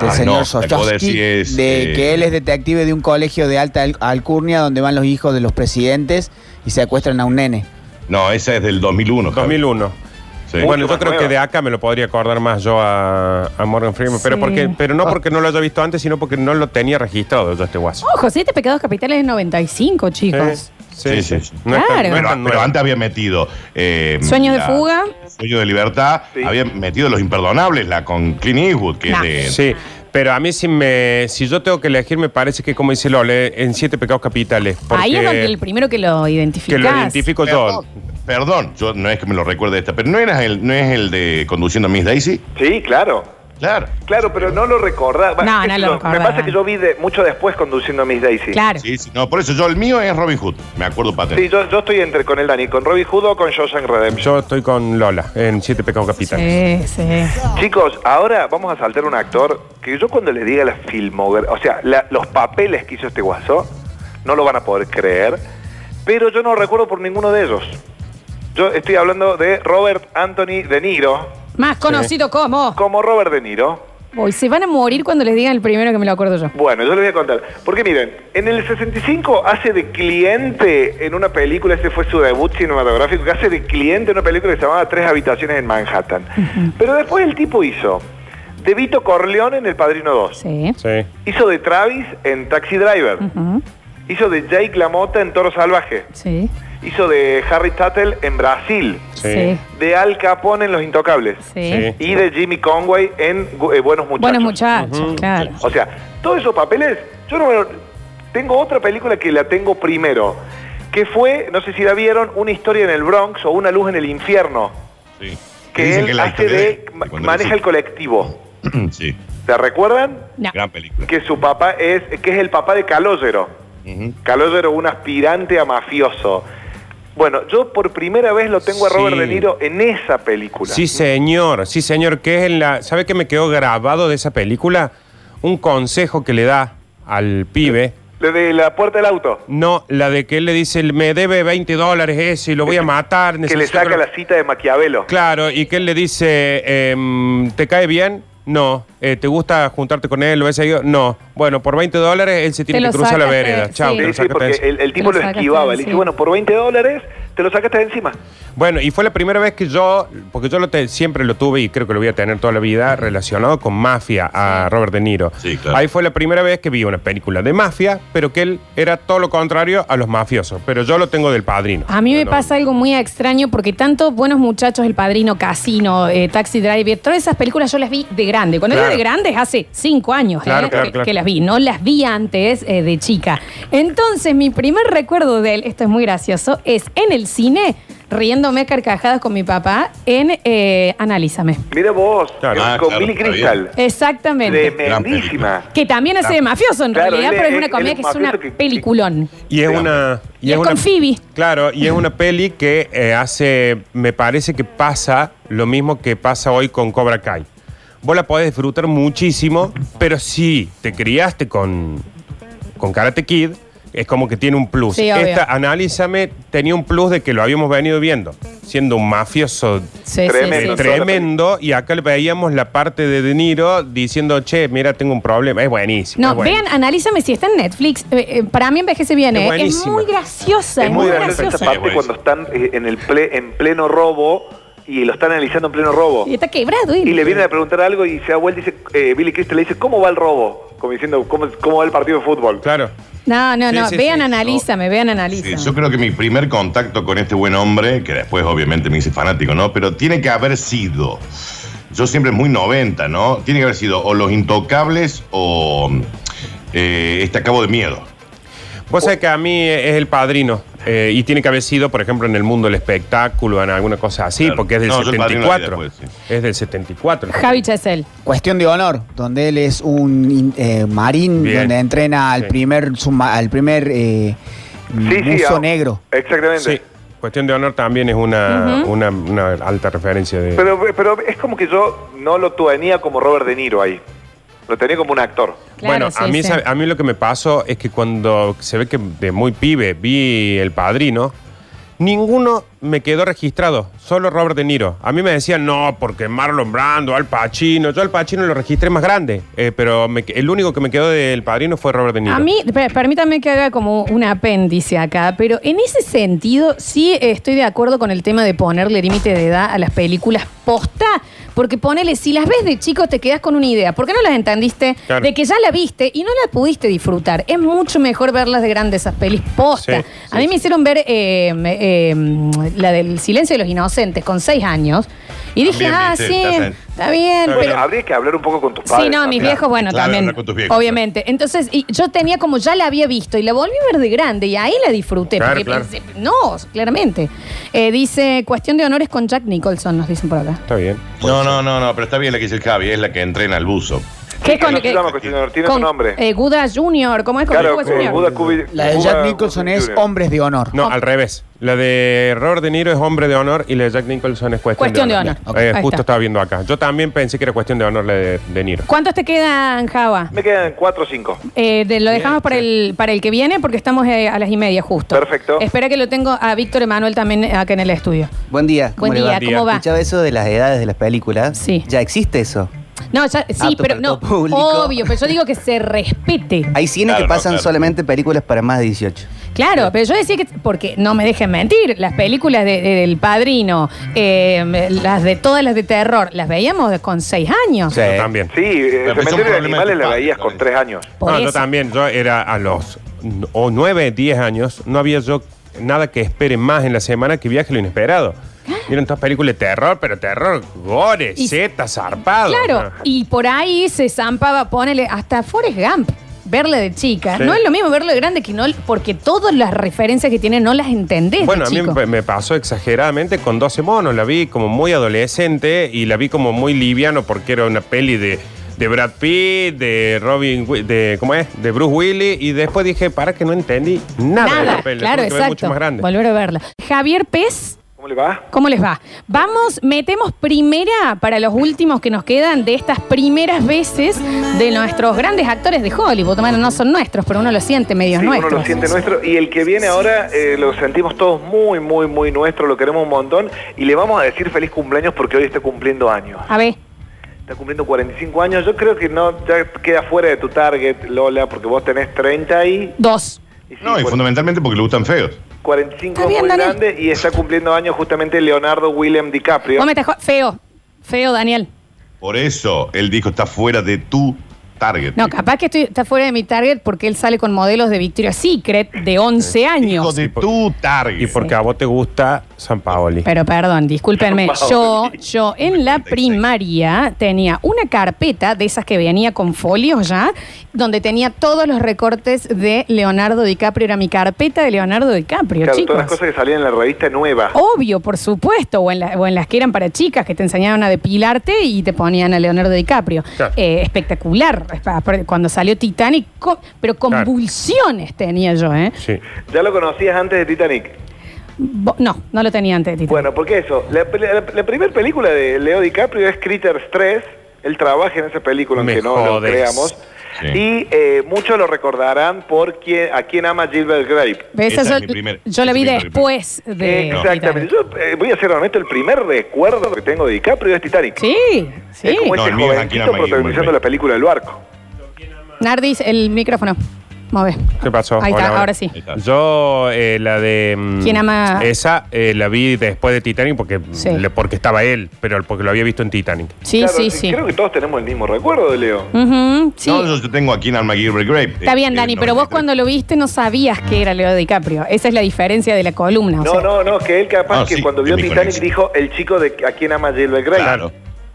H: Del
G: Ay,
H: señor
G: no, te puedo
H: Sostovsky,
G: decir es,
H: de
G: eh,
H: que él es detective de un colegio de alta al- alcurnia donde van los hijos de los presidentes y secuestran a un nene.
G: No, esa es del 2001. Javi.
E: 2001.
G: Sí.
E: Bueno, yo
F: más
E: creo
F: nueva.
E: que de acá me lo podría acordar más yo a, a Morgan Freeman, pero
D: Sí.
E: porque pero
G: Ah.
E: no porque no lo haya visto antes, sino porque no lo tenía registrado yo este guaso.
D: Ojo, siete pecados capitales es 95, chicos.
E: Sí, sí,
G: Sí, sí,
E: sí.
G: sí.
E: No es tan-
D: Claro.
E: no es
G: Pero,
E: tan
G: pero
E: nuevo.
G: antes había metido. eh,
D: Sueño de
G: la-
D: fuga.
G: Sueño de libertad.
F: Sí.
G: Había metido Los Imperdonables, la con Clint Eastwood, que
D: Nah.
G: es de.
E: Sí, pero a mí si me si yo tengo que elegir me parece que como dice Lole en siete pecados capitales, porque
D: Ahí es donde el primero que lo identificas.
E: que lo identifico yo.
G: Perdón, perdón, yo no es que me lo recuerde esta, pero no, era el, no es el de conduciendo a Miss Daisy.
F: Sí, claro.
G: Claro.
F: Claro, pero no lo recordaba.
D: No, no
F: qué sé
D: lo
F: yo,
D: recordaba.
F: Me pasa que yo vi de- mucho después conduciendo a Miss Daisy.
D: Claro.
G: Sí, sí, no, por eso yo el mío es Robin Hood. Me acuerdo patente.
F: Sí, yo, yo estoy entre con el Dani, con Robbie Hood o con Shawshank Redemption.
E: Yo estoy con Lola en siete pecados capitales.
D: Sí, sí.
F: Chicos, ahora vamos a saltar un actor que yo cuando le diga la filmografía, o sea, la- los papeles que hizo este guaso, no lo van a poder creer, pero yo no recuerdo por ninguno de ellos. Yo estoy hablando de Robert Anthony De Niro,
D: Más conocido como.
F: como Robert De Niro.
D: Hoy se van a morir cuando les digan el primero que me lo acuerdo yo.
F: Bueno, yo les voy a contar. Porque miren, en el 65 hace de cliente en una película, ese fue su debut cinematográfico, que hace de cliente en una película que se llamaba Tres habitaciones en Manhattan. Pero después el tipo hizo de Vito Corleone en El Padrino 2.
D: Sí.
E: Sí.
F: Hizo de Travis en Taxi Driver.
D: Ujú.
F: Hizo de Jake LaMotta en Toro Salvaje.
D: Sí.
F: Hizo de Harry Tuttle en Brasil.
D: Sí.
E: Sí.
F: De Al Capone en Los Intocables.
D: Sí.
E: Sí.
F: Y de Jimmy Conway en eh, Buenos Muchachos.
D: Buenos muchachos, claro.
F: O sea, todos esos papeles, yo no me lo- Tengo otra película que la tengo primero, que fue, no sé si la vieron, Una historia en el Bronx o Una luz en el infierno,
G: Sí.
F: que
G: Dicen
F: él
G: la
F: hace
G: historia
F: de... ma-
G: cuando
F: maneja el
G: era
F: colectivo.
G: chico. Sí,
F: ¿La recuerdan?
D: No.
G: gran película.
F: Que su papá es, que es el papá de Calogero.
G: Ujú.
F: Calogero, un aspirante a mafioso. Bueno, yo por primera vez lo tengo a Robert
E: Sí.
F: De Niro en esa película.
E: Sí, señor, sí, señor, que es en la. ¿Sabe qué me quedó grabado de esa película? Un consejo que le da al pibe.
F: Lo de la puerta del auto.
E: No, la de que él le dice, me debe 20 dólares ese y lo voy a matar.
F: Que le
E: necesito
F: saca
E: lo-".
F: la cita de Maquiavelo.
E: Claro, y que él le dice, em, ¿te cae bien? No. Eh, ¿Te gusta juntarte con él o ese? Yo, No. Bueno, por 20 dólares él se tiene
D: Te
E: que
D: lo
E: cruzar la
D: sacaste,
E: vereda. Chao,
D: sí.
E: te lo
F: Sí, sí,
E: sacaste
F: porque
E: encima.
F: el, el tipo
D: Te
F: lo
D: lo sacaste
F: esquivaba. Le dice,
D: encima.
F: bueno, por 20 dólares te lo sacaste de encima.
E: Bueno, y fue la primera vez que yo, porque yo lo te- siempre lo tuve y creo que lo voy a tener toda la vida relacionado con mafia a Robert De Niro.
G: Sí, claro.
E: Ahí fue la primera vez que vi una película de mafia, pero que él era todo lo contrario a los mafiosos. Pero yo lo tengo del padrino.
D: A mí me
E: No,
D: pasa algo muy extraño porque tanto Buenos Muchachos, El Padrino, Casino, eh, Taxi Driver, todas esas películas yo las vi de grande. Cuando
E: Claro.
D: digo de grande es hace cinco años
E: Claro,
D: eh,
E: claro,
D: que,
E: claro.
D: que las vi, no las vi antes eh, de chica. Entonces mi primer recuerdo de él, esto es muy gracioso, es en el cine riéndome a carcajadas con mi papá en eh, Analízame.
F: Mira vos,
E: Claro.
F: con
G: Ah, claro,
F: Billy
G: está
F: Crystal.
D: Exactamente.
F: Tremendísima.
D: Que también hace de mafioso en
F: Claro,
D: realidad,
F: él-
D: pero es
F: él-
D: una
F: él
D: comedia
F: es
D: que
F: un
D: es una
F: mafioso que-
D: peliculón.
E: Y es una.
D: Y es
E: una-
D: con Phoebe.
E: Claro, y es una peli que eh, hace. Me parece que pasa lo mismo que pasa hoy con Cobra Kai. Vos la podés disfrutar muchísimo, pero si te criaste con, con Karate Kid, es como que tiene un plus.
D: Sí, obvio.
E: Esta, analízame, tenía un plus de que lo habíamos venido viendo, siendo un mafioso
D: Sí, sí, sí, sí.
F: Tremendo.
E: tremendo, y acá le veíamos la parte de De Niro diciendo, che, mira, tengo un problema. Es buenísimo.
D: No,
E: es buenísimo.
D: vean, analízame si está en Netflix. Eh, eh, para mí envejece bien,
E: Es
D: ¿eh? Es
E: buenísima.
D: muy graciosa, es muy
F: graciosa
D: graciosa.
F: esa parte cuando están eh, en, el ple- en pleno robo y lo están analizando en pleno robo.
D: Y está quebrado, ¿eh?
F: Y
D: él.
F: le vienen a preguntar algo y se da vuelta y dice, eh, Billy Crystal le dice, ¿cómo va el robo? Como diciendo, ¿cómo, cómo va el partido de fútbol?
E: Claro.
D: No, no,
E: Sí,
D: no.
E: sí,
D: vean,
E: sí.
D: analízame, vean, analízame.
G: Sí, yo creo que mi primer contacto con este buen hombre, que después obviamente me hice fanático, ¿no? Pero tiene que haber sido, yo siempre muy 90, ¿no? Tiene que haber sido o Los Intocables o eh, este Acabo de Miedo.
E: Vos sabés que a mí es el padrino. eh, y tiene que haber sido, por ejemplo, en el mundo del espectáculo, en alguna cosa así,
G: Claro.
E: porque es del
G: No, yo el Padrino lo vi
E: 74.
G: después,
E: Es del 74.
D: Javi Chesel.
H: Cuestión de honor, donde él es un in- eh, marín,
E: Bien.
H: donde entrena al
E: Sí.
H: primer, subma- al primer eh, buzo
F: ah,
H: negro.
F: Exactamente.
E: Sí. Cuestión de honor también es una, una, una alta referencia de.
F: Pero, pero es como que yo no lo tenía como Robert De Niro ahí. Lo tenía como un actor.
D: Claro,
E: bueno, a,
D: sí,
E: mí,
D: sí.
E: sabe- a mí lo que me pasó es que cuando se ve que de muy pibe vi El Padrino, ninguno me quedó registrado, solo Robert De Niro. A mí me decían, no, porque Marlon Brando, Al Pacino, yo Al Pacino lo registré más grande, eh, pero me que- el único que me quedó del Padrino fue Robert De Niro.
D: A mí, per- permítame que haga como un apéndice acá, pero en ese sentido sí eh, estoy de acuerdo con el tema de ponerle límite de edad a las películas posta, porque ponele, si las ves de chico te quedas con una idea, ¿por qué no las entendiste?
E: Claro.
D: De que ya la viste y no la pudiste disfrutar. Es mucho mejor verlas de grande esas pelis posta.
E: Sí,
D: a mí
E: sí,
D: me hicieron ver eh, me- eh, la del silencio de los inocentes con seis años y dije,
G: También,
D: ah,
G: viste,
D: sí,
G: estás en-
D: está bien,
E: Está
D: pero...
F: Bueno, habría que hablar un poco con tus padres.
D: Sí, no, mis
F: también.
D: viejos, bueno,
G: Claro,
D: también.
G: hablar con tus viejos,
D: obviamente. Entonces, y yo tenía como ya la había visto y la volví a ver de grande y ahí la disfruté.
E: Claro,
D: porque
E: claro.
D: pensé, no, claramente. Eh, dice, cuestión de honores con Jack Nicholson, nos dicen por acá.
E: Está bien.
G: No, no, no, no, pero está bien la que dice el Javi, es la que entrena al buzo.
D: ¿Qué es
F: ¿Cómo
D: con
F: se llama, Cristina? ¿Tiene su
D: con,
F: nombre?
D: eh, Guda Junior, ¿cómo es con
F: claro,
D: Cuba
F: con
D: Junior?
F: Buda Cubi-
H: La de
F: Cuba
H: Jack Nicholson es
F: Jr.
H: Hombres de Honor.
E: No,
D: Hom-
E: al revés. La de Robert De Niro es hombre de honor y la de Jack Nicholson es cuestión,
D: Cuestión de
E: de honor.
D: honor.
E: Eh,
D: Ok. Ahí
E: justo
D: está.
E: estaba viendo acá. Yo también pensé que era cuestión de honor la de De Niro.
D: ¿Cuántos te quedan, Java?
F: Me quedan cuatro o cinco.
D: Eh, de- lo dejamos para el, para el que viene porque estamos eh, a las y media justo.
F: Perfecto.
D: Espera que lo tengo a Víctor Emanuel también eh, acá en el estudio.
I: Buen día. ¿cómo
D: Buen
I: le
D: día,
I: va?
E: Buen día.
D: ¿cómo va?
I: Escuchaba eso de las edades de las películas.
D: Sí.
I: Ya existe eso.
D: No, ya- sí,
I: Apto
D: pero
I: para
D: no.
I: todo público.
D: Obvio, pero yo digo que se respete.
I: Hay cine
G: Claro,
I: que
G: no,
I: pasan
G: claro.
I: solamente películas para más de 18.
D: Claro, pero yo decía que, porque no me dejen mentir, las películas de- de- del padrino, eh, las de todas las de terror, las veíamos de- con seis años.
I: Sí.
E: Yo también.
F: Sí, eh,
G: Pero
F: Cementerio
G: son
F: de
G: problemas de
F: Animales
G: tus
F: la
G: padres,
F: veías con
G: Florencia.
F: tres años.
D: Por
E: no,
D: eso.
E: yo también, yo era a los n- o 9, 10 años, no había yo nada que espere más en la semana que viaje lo inesperado. Vieron todas películas de terror, pero terror, gore,
D: Ah. Y-
E: Z, zarpado.
D: Claro,
E: Ah.
D: y por ahí se zampaba, ponele, hasta Forrest Gump, verle de chica.
E: Sí.
D: No es lo mismo verlo de grande que no, porque todas las referencias que tiene no las entendés. de
E: Bueno, a mí
D: Este chico.
E: me- me pasó exageradamente con 12 monos. La vi como muy adolescente y la vi como muy liviano porque era una peli de, de Brad Pitt, de Robin, Wi- de, ¿cómo es? De Bruce Willis. Y después dije, para que no entendí nada, de
D: Nada,
E: la peli. la
D: claro,
E: tuve que ver
D: exacto.
E: mucho más grande.
D: Volver a verla. Javier Pez.
F: ¿Cómo le va?
D: ¿Cómo les va? Vamos, metemos primera para los últimos que nos quedan de estas primeras veces de nuestros grandes actores de Hollywood. Bueno, no son nuestros, pero uno lo siente medios
F: Sí,
D: nuestros.
F: uno lo siente nuestro. Y el que viene ahora eh, lo sentimos todos muy, muy, muy nuestro, lo queremos un montón. Y le vamos a decir feliz cumpleaños porque hoy está cumpliendo años.
D: A ver,
F: Está cumpliendo 45 años. Yo creo que no ya queda fuera de tu target, Lola, porque vos tenés 30 y.
D: dos.
F: y sí,
G: No, y
F: cuar-
G: fundamentalmente porque le gustan feos.
F: 45
D: Está
F: es
D: bien,
F: muy
D: Daniel.
F: grande y está cumpliendo años justamente Leonardo William DiCaprio.
D: Vos me estás jo- feo, feo, Daniel.
G: Por eso él dijo está fuera de tu target.
D: No, capaz que estoy, está fuera de mi target porque él sale con modelos de Victoria's Secret de 11
G: Hijo
D: años.
G: de tu target.
E: Y porque a vos te gusta San Paoli.
D: Pero perdón, discúlpenme.
F: Paoli.
D: Yo, yo en la primaria tenía una carpeta de esas que venía con folios ya, donde tenía todos los recortes de Leonardo DiCaprio. Era mi carpeta de Leonardo DiCaprio,
F: Claro,
D: chicos. Oh.
F: todas las cosas que salían en la revista nueva.
D: Obvio, por supuesto, o en, la- o en las que eran para chicas, que te enseñaban a depilarte y te ponían a Leonardo DiCaprio.
E: Claro.
D: Eh, espectacular. Cuando salió Titanic, co- pero
E: Claro.
D: convulsiones tenía yo, ¿eh?
E: Sí.
F: Ya lo conocías antes de Titanic.
D: Bo- No, no lo tenía antes de Titanic.
F: Bueno, porque eso, la, primera película de Leo DiCaprio es Critters 3, él trabaja en esa película,
E: Me
F: aunque no lo
E: jodes.
F: creamos,
G: Sí.
F: y eh, muchos lo recordarán por quien, a quien ama Gilbert Grape.
D: ¿Ves?
G: Esa
D: Yo,
G: es mi primer-
D: yo la vi
G: esa es mi
D: después de.
F: Exactamente,
D: Titanic.
F: yo eh, voy a ser honesto, el primer recuerdo que tengo de DiCaprio es Titanic.
D: Sí, sí.
F: Es como
G: No,
F: ese
G: el mío es Aquí
F: jovencito
G: ama Gilbert
F: protagonizando
G: Grape.
F: la película del barco.
D: Nardis, el micrófono. Move.
E: ¿Qué pasó?
D: Ahí está,
E: Hola, hola.
D: ahora sí.
G: Ahí está.
E: Yo, eh, la de. mm,
D: ¿Quién ama?
E: Esa eh, la vi después de Titanic porque, mm,
D: Sí.
E: le- porque estaba él, pero porque lo había visto en Titanic.
D: Sí,
F: Claro,
D: sí, sí.
F: Creo que todos tenemos el mismo recuerdo de Leo.
D: Ujú, sí.
G: No, yo, yo tengo aquí en Alma Gilbert Grape. Eh,
D: Está bien, Dani, pero vos cuando lo viste no sabías que era Leo DiCaprio. Esa es la diferencia de la columna. o
F: No,
D: sea.
F: no, no, que él capaz
G: No,
F: que
G: sí,
F: cuando
G: de
F: vio
G: mi
F: Titanic
G: conexión.
F: dijo el chico de a quien ama Gilbert Grape.
G: Claro.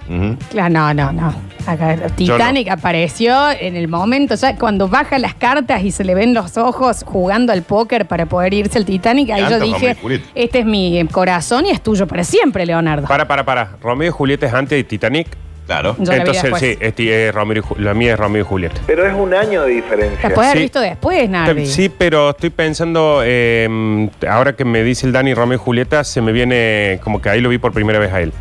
G: Ujú.
D: Claro, no, no, no. Acá, Titanic apareció en el momento, ya cuando baja las cartas y se le ven los ojos jugando al póker para poder irse al Titanic, ahí yo
G: antes Romeo
D: dije,
G: y Julieta.
D: este es mi corazón y es tuyo para siempre, Leonardo.
E: Para, para, para. Romeo y Julieta es antes de Titanic.
G: Claro.
D: Yo la vi
E: Entonces,
D: después.
E: sí, este, eh, Romeo y Ju- la mía es Romeo y Julieta.
F: Pero es un año de diferencia.
D: La podés haber
E: Eh, Sí.
D: visto después, Nardi.
E: Sí, pero estoy pensando, eh, ahora que me dice el Dani Romeo y Julieta, se me viene como que ahí lo vi por primera vez a él.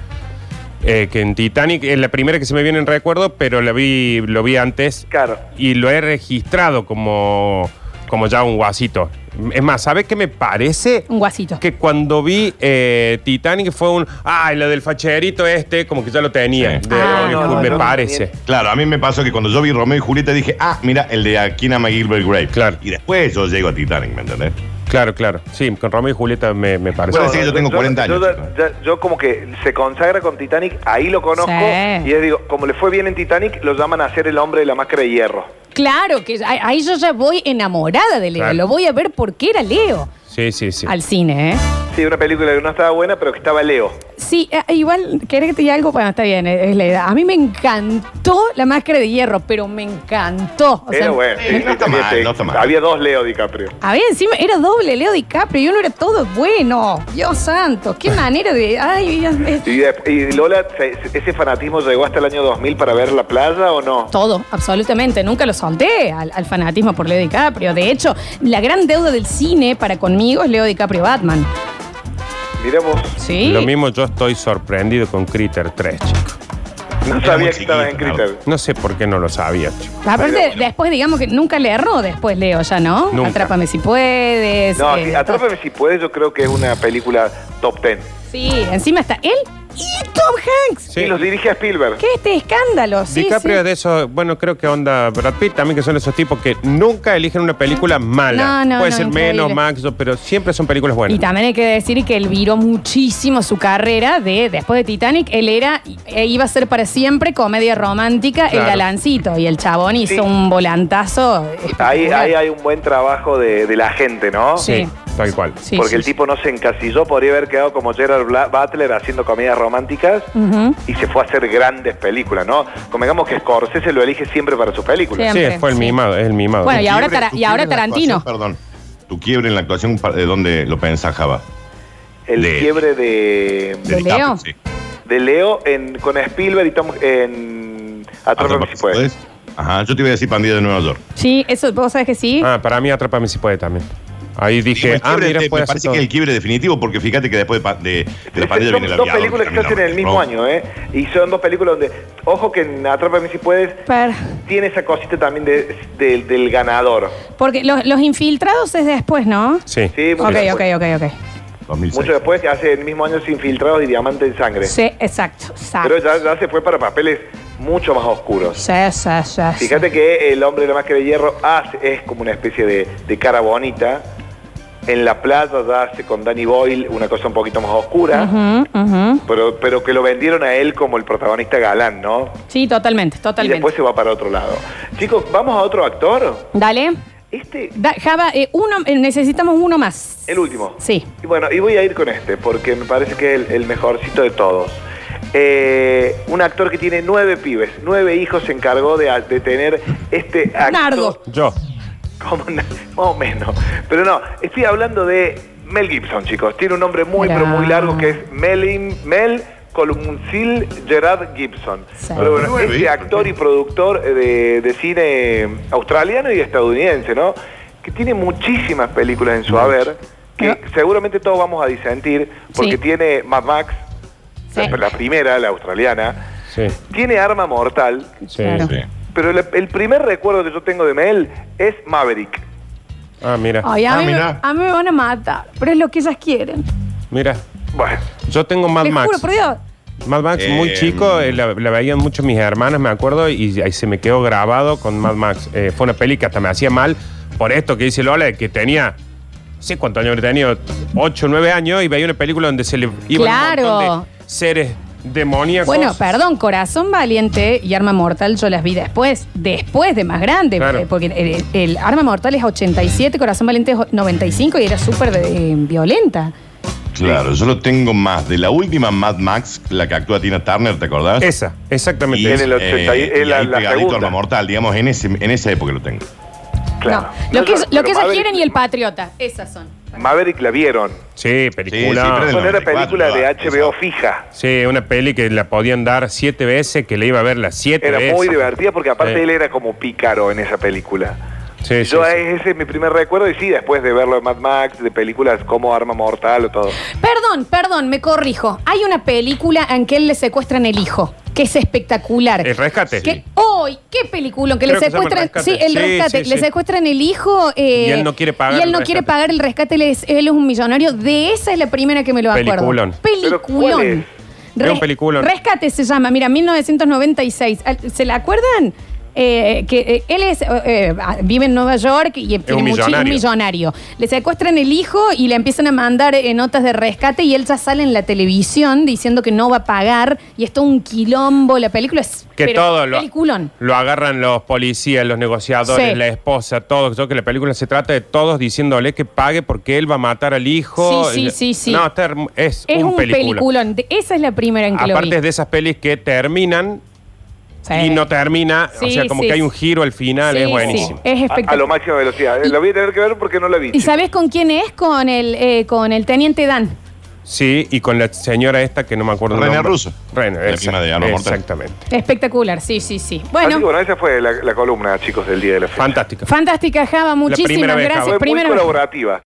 E: eh, que en Titanic es la primera que se me viene en recuerdo, pero la vi, lo vi antes
F: Claro.
E: y lo he registrado como, como ya un guasito. Es más, ¿sabes qué me parece?
D: Un guasito.
E: Que cuando vi eh, Titanic fue un. ¡Ay, lo del facherito este! Como que ya lo tenía.
G: Sí.
E: de-
D: Ah,
E: de-
F: no,
E: me
F: no, no,
E: parece.
G: Claro, a mí me pasó que cuando yo vi Romeo y Julieta dije, ah, mira, el de Aquina McGilbert Grape.
E: Claro.
G: Y después yo llego a Titanic, ¿me entendés?
E: Claro, claro. Sí, con Romeo y Julieta me, me parece.
G: Bueno, sí, yo tengo 40 años,
F: Yo,
G: chicos.
F: ya- yo como que se consagra con Titanic, ahí lo conozco.
D: Sí.
F: Y yo digo, como le fue bien en Titanic, lo llaman a ser el hombre de la máscara de hierro.
D: Claro, que ahí ahí yo ya voy enamorada de Leo.
E: Claro.
D: Lo voy a ver porque era Leo
E: Sí, sí, sí.
D: al cine, ¿eh?
F: Sí, una película que no estaba buena, pero que estaba Leo.
D: Sí, eh, igual, ¿querés que te diga algo? Bueno, está bien, es es la edad. A mí me encantó la máscara de hierro, pero me encantó. O
F: Era
D: sea,
F: bueno. Este,
G: sí, no está mal, no está mal.
F: Había dos Leo DiCaprio.
D: Había encima, era doble Leo DiCaprio y uno era todo bueno. Dios santo, qué manera de. Ay, Dios, es-
F: Y, de- y Lola, se- se- ¿ese fanatismo llegó hasta el año 2000 para ver la playa o no?
D: Todo, absolutamente. Nunca lo solté al, al fanatismo por Leo DiCaprio. De hecho, la gran deuda del cine para conmigo es Leo DiCaprio Batman.
F: Mirá vos,
D: Sí.
E: Lo mismo yo estoy sorprendido con Critter 3, chicos.
F: no
G: Era muy
F: sabía que estabas en
G: chiquito,
F: Critter.
E: No sé por qué no lo sabía, chicos.
D: Aparte, después digamos que nunca le erró después Leo, ya no.
E: Nunca.
D: Atrápame si puedes.
F: No,
D: eh,
F: sí, Atrápame si puedes, yo creo que es una película top ten.
D: todo. Sí, encima está él y Tom Hanks.
E: Sí.
F: Y los dirige a Spielberg.
D: ¿Qué este escándalo? Sí,
E: DiCaprio
D: sí.
E: es de esos, bueno, creo que onda Brad Pitt también, que son esos tipos que nunca eligen una película mala.
D: No, no,
E: Puede
D: no,
E: ser
D: increíble.
E: menos, Max, pero siempre son películas buenas.
D: Y también hay que decir que él viró muchísimo su carrera de después de Titanic. Él era, e iba a ser para siempre comedia romántica, el
E: Claro.
D: galancito. Y el chabón hizo
F: Sí.
D: un volantazo.
F: Ahí,
D: espectacular.
F: ahí hay un buen trabajo de, de la gente, ¿no?
E: Sí,
D: Sí.
E: tal cual.
D: Sí,
F: Porque
D: sí,
F: el
D: sí.
F: tipo no se encasilló, podría haber quedado como Gerard Bla- Butler haciendo comedias románticas
D: Ujú.
F: y se fue a hacer grandes películas, ¿no? Convengamos que Scorsese lo elige siempre para sus películas.
D: Siempre,
E: sí, fue el
D: sí.
E: mimado, es el mimado.
D: Bueno,
G: Tu
D: y ahora
G: quiebre-
D: Tara-
G: tu
D: y ahora
G: quiebre en la
D: Tarantino.
G: actuación, Perdón. Tu quiebre en la actuación, pa- ¿de dónde lo pensás, Java?
F: El
G: De-
F: quiebre de,
D: ¿De Leo?
G: sí.
F: de Leo en, con Spielberg y Tom en Atrápame si puedes.
G: ¿Puedes? Ajá, yo te iba a decir Pandilla de Nueva York.
D: Sí, eso vos sabés que sí.
E: Ah, para mí Atrápame si puede también. Ahí
G: Digo,
E: dije,
G: el
E: ah,
G: quiebre
E: mira,
G: de-
E: puede
G: me
E: hacer
G: parece
E: todo.
G: que es el quiebre definitivo, porque fíjate que después de, pa- de- de la
F: Este,
G: pandilla viene
F: son
G: la
F: dos películas que se hacen en el mismo año, ¿eh? Y son dos películas donde, ojo que en Atrápame si puedes,
D: Para-
F: tiene esa cosita también de- del- del ganador.
D: porque los, los infiltrados es después, ¿no?
E: Sí.
F: Sí,
D: Ok,
F: mucho
D: ok,
F: después.
D: ok, ok.
F: Mucho después que hace el mismo año Sin Infiltrados y Diamante en Sangre.
D: Sí, exacto. exacto.
F: Pero ya, ya se fue para papeles mucho más oscuros.
D: Sí, sí, sí, sí.
F: Fíjate que el hombre de la máscara de hierro hace- es como una especie de, de cara bonita. En la playa ya hace con Danny Boyle una cosa un poquito más oscura,
D: Ujú, ujú.
F: pero, pero que lo vendieron a él como el protagonista galán, ¿no?
D: Sí, totalmente,
F: Y
D: totalmente.
F: después se va para otro lado. Chicos, ¿vamos a otro actor?
D: Dale.
F: Este,
D: Da- Java, eh, uno, eh, necesitamos uno más.
F: el último.
D: Sí.
F: Y bueno, y voy a ir con este, porque me parece que es el, el mejorcito de todos. Eh, un actor que tiene nueve pibes, nueve hijos se encargó de, de tener este actor.
D: Nardo.
E: Yo.
F: Como na- más o menos. Pero no, estoy hablando de Mel Gibson, chicos. Tiene un nombre muy,
D: Mirá.
F: pero muy largo que es Melim, Mel Columcil Gerard Gibson.
D: Sí.
F: Pero bueno,
G: Nueve
F: este
G: hijos.
F: actor y productor eh, de, de cine mm, australiano y estadounidense, ¿no? Que tiene muchísimas películas en su haber, que
D: Pero-
F: seguramente todos vamos a disentir, porque
D: Sí.
F: tiene Mad Max,
D: Sí.
F: la, la primera, la australiana.
E: Sí,
F: Tiene Arma Mortal,
E: sí.
D: Claro.
G: Sí.
F: pero la- el primer recuerdo que yo tengo de Mel es Maverick.
E: Ah, mira.
D: Ay, a,
G: Ah,
D: mí, me-
G: mirá.
D: a mí me van a matar, pero es lo que ellas quieren.
E: Mira.
F: Bueno,
E: Yo tengo Mad
D: Les
E: Max.
D: juro, por Dios.
E: Mad Max
F: Em.
G: Eh,
E: muy chico, eh, la, la veían mucho mis hermanas, me acuerdo, y ahí se me quedó grabado con Mad Max. Eh, fue una peli que hasta me hacía mal por esto que dice Lola, de que tenía, no sé cuántos años tenía, 8, 9 años, y veía una película donde se le iban
D: Claro.
E: un montón de seres demoníacos.
D: Bueno, perdón, Corazón Valiente y Arma Mortal yo las vi después, después de más grande,
E: Claro.
D: eh, porque el, el Arma Mortal es 87, Corazón Valiente es 95 y era súper eh, violenta.
G: Claro, yo lo tengo más. De la última Mad Max, la que actúa Tina Turner, ¿te acordás?
E: Esa, exactamente.
G: Y,
F: en
E: esa.
F: el 80 y-
G: eh,
F: en la-
G: ahí
F: la
G: pegadito
F: segunda.
G: Arma Mortal, digamos, en, ese, en esa época lo tengo.
F: claro.
D: No, lo que, lo
F: Pero-
D: que
F: pero
D: ellas
F: Maverick-
D: quieren y el Patriota, esas son.
F: Maverick la vieron.
E: Sí,
G: Sí, sí,
E: película.
G: pero
E: Sí,
G: es
F: Bueno, era
G: 94,
F: película de
G: ¿verdad?
F: HBO
G: Esa.
F: fija.
E: una peli que la podían dar siete veces, que le iba a ver las siete
F: Era
E: veces.
F: muy divertida porque aparte
E: Sí.
F: él era como pícaro en esa película.
E: Sí,
F: Yo
E: sí, sí.
F: ese es mi primer recuerdo y sí, después de verlo de Mad Max, de películas como Arma Mortal o todo.
D: Perdón, perdón, me corrijo. Hay una película en que él le secuestran el hijo, que es espectacular.
E: El rescate.
D: Que hoy, qué película, que
E: Creo
D: le
E: que se llama El
D: secuestran,
E: Rescate.
D: sí, el
E: Sí,
D: rescate,
E: sí,
D: le
E: sí.
D: secuestran el hijo eh,
E: Y él no quiere pagar
D: y él
E: el
D: no quiere
E: rescate.
D: pagar el rescate, él es, él es un millonario, de esa es la primera que me lo acuerdo.
E: Peliculón.
F: ¿Pero cuál
D: Peliculón.
E: es? Es un peliculón.
D: Rescate se llama, mira, 1996. Al- ¿Se la acuerdan? Eh, que eh, él es, eh, eh, vive en Nueva York y tiene
E: un
D: muchi-
E: millonario.
D: millonario. Le secuestran el hijo y le empiezan a mandar eh, notas de rescate y él ya sale en la televisión diciendo que no va a pagar y es todo un quilombo. La película es
E: Que
D: pero
E: todo lo,
D: peliculón.
E: lo agarran los policías, los negociadores,
D: Sí.
E: la esposa, todos. Yo creo que la película se trata de todos diciéndole que pague porque él va a matar al hijo.
D: Sí, sí, sí, sí.
E: No, está herm- es,
D: Es un,
E: película.
D: peliculón. De- Esa es la primera en que lo vi.
E: Aparte es de esas pelis que terminan
D: Sí.
E: y no termina. o
D: Sí,
E: sea, como
D: sí,
E: que hay
D: sí.
E: un giro al final.
D: Sí, Eh.
E: es buenísimo.
D: sí, Es
F: A, a lo
D: espectacular.
F: máxima velocidad. Eh,
D: Y-
F: la voy a tener que ver porque no la vi.
D: ¿Y sabes con quién es? Con el, eh, con el teniente Dan.
E: Sí, y con la señora esta que no me acuerdo el
G: René
E: nombre.
G: Russo.
E: René,
G: La prima de Arma Mortal.
E: Exactamente.
D: Espectacular, sí, sí, sí.
F: Así
D: Bueno,
F: que, bueno, esa fue la, la columna, chicos, del día de la fecha.
E: Fantástica.
D: fantástica, Java. Muchísimas
E: primera vez,
D: gracias.
E: Java.
F: Fue muy
D: Primera vez.
F: colaborativa.